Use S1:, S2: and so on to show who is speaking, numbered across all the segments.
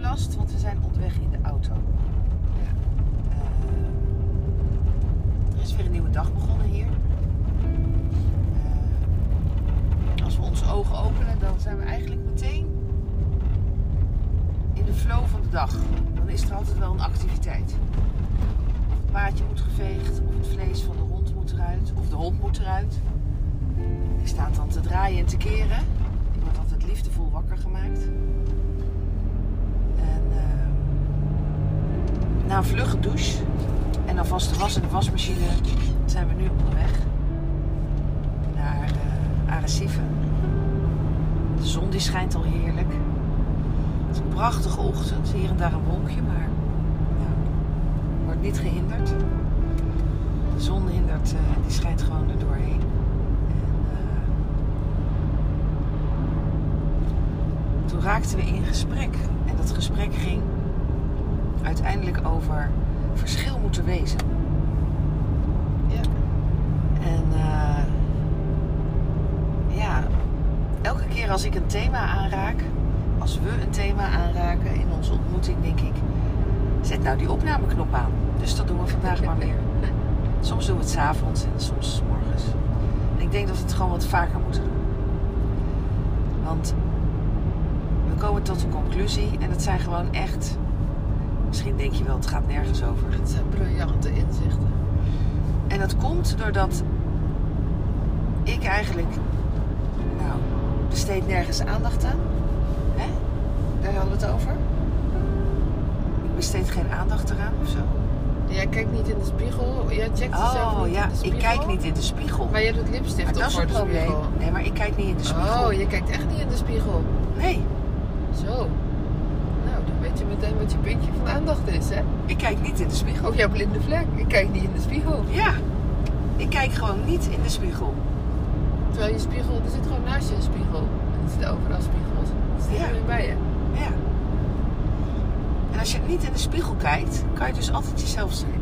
S1: vast, want we zijn onderweg in de auto.
S2: Ja.
S1: Eh, er is weer een nieuwe dag begonnen hier. Eh, als we onze ogen openen, dan zijn we eigenlijk meteen in de flow van de dag. Dan is er altijd wel een activiteit. Of het paardje moet geveegd, of het vlees van de hond moet eruit, of de hond moet eruit. Die staat dan te draaien en te keren. Ik word altijd liefdevol wakker gemaakt. En eh, na een vlugge douche en alvast de was in de wasmachine zijn we nu onderweg naar eh Arrecife. De zon die schijnt al heerlijk. Het is een prachtige ochtend, hier en daar een wolkje, maar ja, wordt niet gehinderd. De zon hindert, eh, die schijnt gewoon er doorheen. En, eh, toen raakten we in gesprek. En dat gesprek ging uiteindelijk over verschil moeten wezen.
S2: Ja.
S1: En eh, ja, elke keer als ik een thema aanraak, als we een thema aanraken in onze ontmoeting, denk ik, zet nou die opnameknop aan. Dus dat doen we vandaag maar weer. Soms doen we het s'avonds en soms 's morgens. En ik denk dat we het gewoon wat vaker moeten doen. Want we komen tot een conclusie en het zijn gewoon echt. Misschien denk je wel, het gaat nergens over.
S2: Het zijn briljante inzichten.
S1: En dat komt doordat ik eigenlijk, nou, besteed nergens aandacht aan. Hè? Daar hadden we het over. Ik besteed geen aandacht eraan of zo.
S2: Jij kijkt niet in de spiegel. Jij checkt jezelf
S1: Oh
S2: niet
S1: ja,
S2: in de spiegel.
S1: ik kijk niet in de spiegel.
S2: Maar jij doet lipstift
S1: Maar
S2: op
S1: dat is
S2: voor
S1: het
S2: de
S1: probleem.
S2: spiegel.
S1: Nee, maar ik kijk niet in de spiegel.
S2: Oh, je kijkt echt niet in de spiegel.
S1: Nee,
S2: Zo. Nou, dan weet je meteen wat je puntje van aandacht is, hè?
S1: ik kijk niet in de spiegel.
S2: Ook jouw blinde vlek. Ik kijk niet in de spiegel.
S1: Ja, ik kijk gewoon niet in de spiegel.
S2: Terwijl je spiegel, er zit gewoon naast je een spiegel. En er zitten overal spiegels. Er zit
S1: Ja.
S2: er weer bij je.
S1: Ja. En als je niet in de spiegel kijkt, kan je dus altijd jezelf zijn.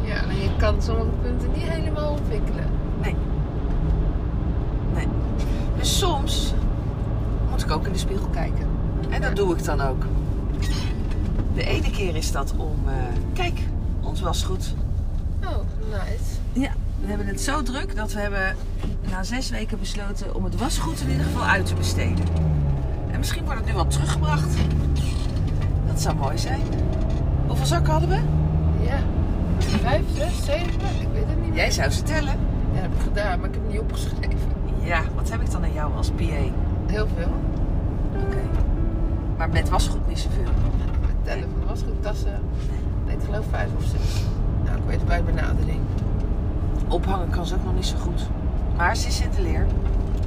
S2: Ja, maar je kan sommige punten niet helemaal ontwikkelen.
S1: Dus soms moet ik ook in de spiegel kijken. En dat doe ik dan ook. De ene keer is dat om. eh, kijk, ons was goed.
S2: Oh, nice.
S1: We hebben het zo druk dat we hebben na zes weken besloten om het wasgoed in ieder geval uit te besteden. En misschien wordt het nu wel teruggebracht. Dat zou mooi zijn. Hoeveel zakken hadden we?
S2: Ja. Vijf, zes, zeven? Ik weet het niet meer.
S1: Jij zou ze tellen.
S2: Ja, heb ik gedaan, maar ik heb het niet opgeschreven.
S1: Ja, wat heb ik dan aan jou als PA? Oké.
S2: Heel veel.
S1: Maar met wasgoed niet zoveel.
S2: Met tellen van wasgoedtassen. Nee, ik geloof vijf of zes. Nou, ik weet het bij de benadering.
S1: Ophangen kan ze ook nog niet zo goed. Maar ze is in de leer.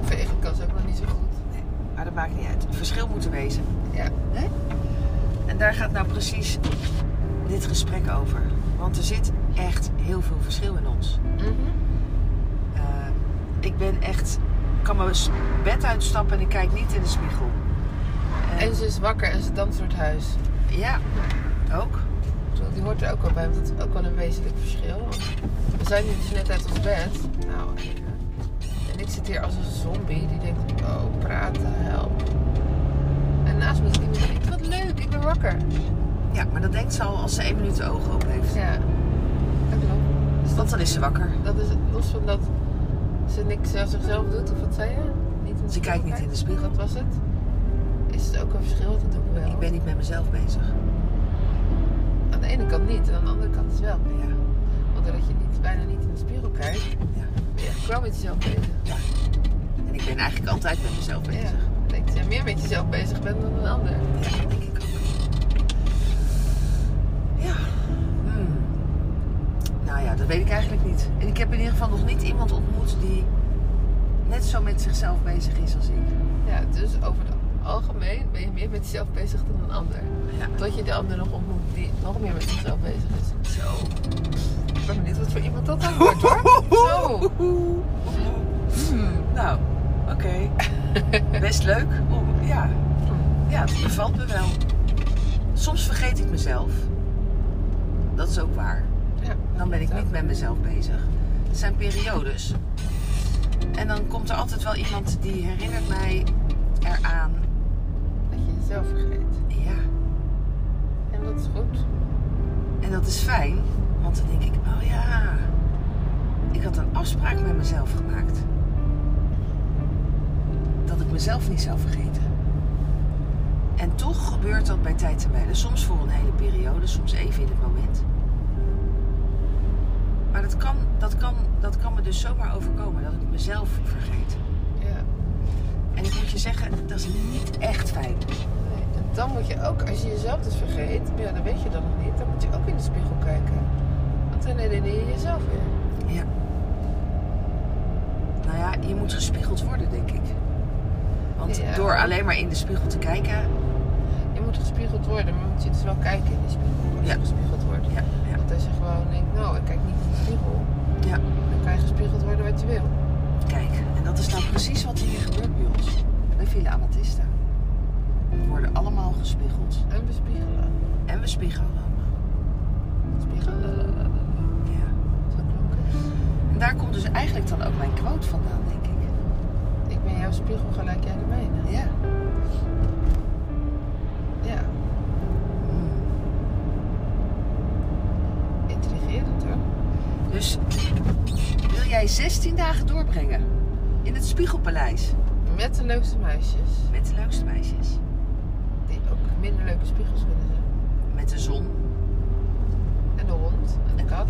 S2: Vegen kan ze ook nog niet zo goed.
S1: Maar dat maakt niet uit. Het verschil moet er wezen.
S2: Ja.
S1: Hè? En daar gaat nou precies dit gesprek over. Want er zit echt heel veel verschil in ons. Eh, ik ben echt... Ik kan mijn s- bed uitstappen en ik kijk niet in de spiegel. Eh,
S2: En ze is wakker en ze danst door het huis.
S1: ja, ook.
S2: Ik bedoel, Die hoort er ook wel bij, want dat is ook wel een wezenlijk verschil. Want We zijn nu dus net uit ons bed. Nou, en, eh, en ik zit hier als een zombie die denkt, oh, praten, help. En naast me zit iemand die denkt, wat leuk, ik ben wakker.
S1: Ja, maar dat denkt ze al als ze één minuut de ogen op heeft.
S2: Ja, dat klopt. Dus
S1: Want
S2: dat,
S1: dan is ze wakker.
S2: dat is los van dat ze niks aan zichzelf doet, of wat zei je? Niet in de
S1: Ze kijkt niet in de spiegel.
S2: Dat was het. Is het ook een verschil? Dat doe ik wel.
S1: Ik ben niet met mezelf bezig.
S2: Aan de ene kant niet, en aan de andere kant is wel.
S1: Ja.
S2: Want doordat je niet, bijna niet in de spiegel kijkt,
S1: Ja.
S2: ben je echt wel met jezelf bezig.
S1: En ik ben eigenlijk altijd met mezelf bezig.
S2: Ja, ik denk dat jij meer met jezelf bezig bent dan een ander.
S1: Ja, dat denk ik ook. Ja. Hmm. Nou ja, dat weet ik eigenlijk niet. En ik heb in ieder geval nog niet iemand ontmoet die net zo met zichzelf bezig is als ik.
S2: Ja, dus over het algemeen ben je meer met jezelf bezig dan een ander.
S1: Ja.
S2: Tot je de ander nog ontmoet die nog meer met zichzelf bezig is. Zo. Ik ben benieuwd wat voor iemand dat dan wordt hoor. Zo. Hmm.
S1: Nou, oké. Best leuk. Om, ja. ja, het bevalt me wel. Soms vergeet ik mezelf. Dat is ook waar.
S2: Ja.
S1: Dan ben ik niet met mezelf bezig. Het zijn periodes. En dan komt er altijd wel iemand die herinnert mij eraan
S2: Dat je zelf vergeet.
S1: Ja.
S2: En dat is goed.
S1: En dat is fijn, want dan denk ik, oh ja, ik had een afspraak met mezelf gemaakt. Dat ik mezelf niet zou vergeten. En toch gebeurt dat bij tijd en wijle. Soms voor een hele periode, soms even in het moment. Maar dat kan, dat, kan, dat kan me dus zomaar overkomen, dat ik mezelf vergeet.
S2: Ja.
S1: En ik moet je zeggen, dat is niet echt fijn.
S2: Nee, en dan moet je ook, als je jezelf dus vergeet, maar ja, dan weet je dat nog niet, dan moet je ook in de spiegel kijken. Want dan herinner je jezelf weer.
S1: Ja. Nou ja, je moet gespiegeld worden, denk ik. Want
S2: Ja.
S1: door alleen maar in de spiegel te kijken.
S2: Je moet gespiegeld worden, maar moet je dus wel kijken in de spiegel als
S1: Ja.
S2: je gespiegeld wordt.
S1: Ja, ja,
S2: Want als je gewoon denkt, nou, ik kijk niet in de spiegel,
S1: ja.
S2: dan kan je gespiegeld worden wat je wil.
S1: Kijk, en dat is nou precies wat hier gebeurt bij ons. Bij Villa Amatista. We worden allemaal gespiegeld.
S2: En bespiegelen.
S1: En we spiegelen allemaal.
S2: Spiegelen.
S1: Ja.
S2: Zo klonk het.
S1: En daar komt dus eigenlijk dan ook mijn quote vandaan, denk ik.
S2: Ik ben jouw spiegel gelijk jij de mijne.
S1: Ja.
S2: Ja,
S1: Hmm.
S2: intrigerend hoor.
S1: Dus wil jij 16 dagen doorbrengen? In het Spiegelpaleis.
S2: Met de leukste meisjes,
S1: Met de leukste meisjes.
S2: die ook minder leuke spiegels kunnen zijn.
S1: Met de zon.
S2: En de hond, en de kat,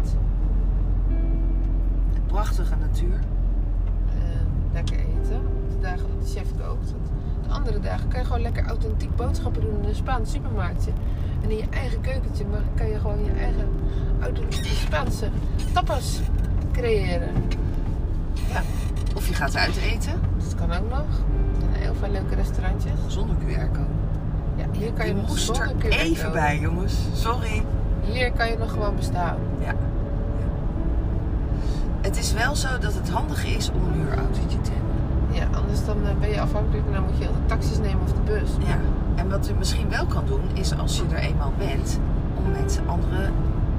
S1: De prachtige natuur.
S2: en ehm, lekker eten. Op de dagen dat de chef kookt. Want de andere dagen kan je gewoon lekker authentiek boodschappen doen in een Spaans supermarktje. En in je eigen keukentje maar kan je gewoon je eigen authentieke Spaanse tapas creëren.
S1: Of je gaat uit eten
S2: Dus dat kan ook nog. Er zijn heel veel leuke restaurantjes.
S1: zonder QR-code.
S2: Ja, hier kan je
S1: Je
S2: nog
S1: moest
S2: zonder
S1: er
S2: QR
S1: even
S2: code.
S1: bij, jongens. Sorry.
S2: Hier kan je nog gewoon bestaan.
S1: Het is wel zo dat het handig is om een huurautootje te hebben.
S2: Ja, anders dan eh, ben je afhankelijk en dan moet je heel de taxis nemen of de bus.
S1: Ja. En wat je misschien wel kan doen, is als je er eenmaal bent, om met andere,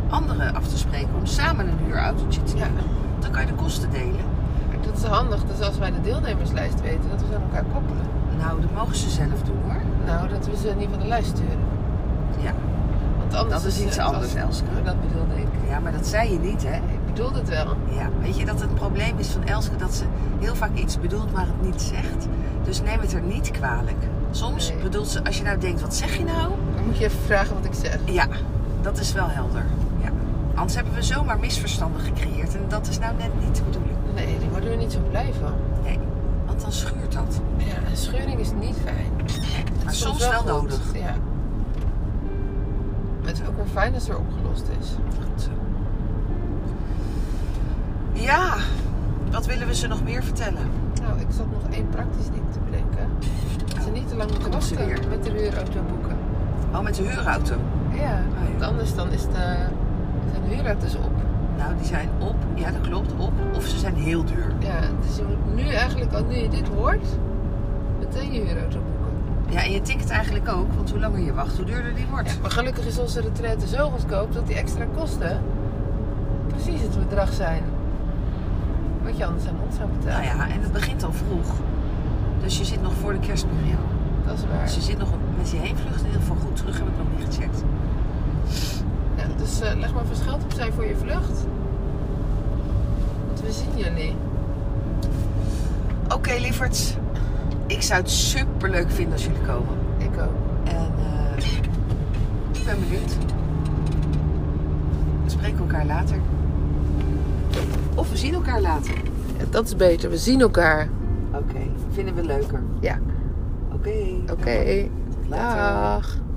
S1: anderen af te spreken om samen een huurautootje te
S2: Ja,
S1: nemen. Dan kan je de kosten delen.
S2: dat is handig. Dus als wij de deelnemerslijst weten, dat we ze aan elkaar koppelen.
S1: Nou, dat mogen ze zelf doen hoor.
S2: Nou, dat we ze niet van de lijst sturen.
S1: Ja,
S2: Want anders
S1: dat is iets
S2: het
S1: anders,
S2: als-
S1: Elske.
S2: Oh, Dat bedoelde ik.
S1: Ja, maar dat zei je niet, hè?
S2: Ik bedoelde het wel.
S1: Ja, weet je dat het probleem is van Elske dat ze heel vaak iets bedoelt, maar het niet zegt? Dus neem het er niet kwalijk. Soms
S2: Nee.
S1: bedoelt ze, als je nou denkt, wat zeg je nou?
S2: Dan moet je even vragen wat ik zeg.
S1: Ja, dat is wel helder. Ja. Anders hebben we zomaar misverstanden gecreëerd en dat is nou net niet de bedoeling.
S2: Nee, daar worden we niet zo blij van.
S1: Nee, want dan schuurt dat.
S2: Ja, een scheuring is niet fijn. Het is
S1: Maar soms wel
S2: goed.
S1: nodig.
S2: Ja. Maar het is ook wel fijn als het weer opgelost is.
S1: Goed zo. Ja, wat willen we ze nog meer vertellen?
S2: Nou, ik zat nog één praktisch ding te bedenken. Dat ze niet te lang moeten
S1: Komt Oh. ze
S2: wachten
S1: weer. Ah,
S2: met de huurauto boeken.
S1: Oh, met de huurauto.
S2: Ja, want anders dan is de, zijn de huurauto's op.
S1: Nou, die zijn op. Ja, dat klopt, op. Of ze zijn heel duur.
S2: Ja, dus je moet nu eigenlijk, al nu je dit hoort, meteen je huurauto boeken.
S1: Ja, en je ticket eigenlijk ook, want hoe langer je wacht, hoe duurder die wordt.
S2: Ja, maar gelukkig is onze retraite zo goedkoop dat die extra kosten precies het bedrag zijn. Wat je anders aan ons zou
S1: Nou
S2: betalen.
S1: ja, en het begint al vroeg. Dus je zit nog voor de kerstperiode.
S2: Dat is waar.
S1: Dus je zit nog op- met je heenvlucht in ieder geval goed terug, heb ik nog niet gecheckt.
S2: Ja, dus eh, leg maar vast geld opzij voor je vlucht. Want we zien jullie.
S1: Oké, lieverds. Ik zou het super leuk vinden als jullie komen.
S2: Ik ook.
S1: En eh, ik ben benieuwd. We spreken elkaar later. Of we zien elkaar later.
S2: Ja, dat is beter. We zien elkaar.
S1: Oké, vinden we leuker.
S2: Ja.
S1: Oké,
S2: Oké.
S1: later.
S2: Dag.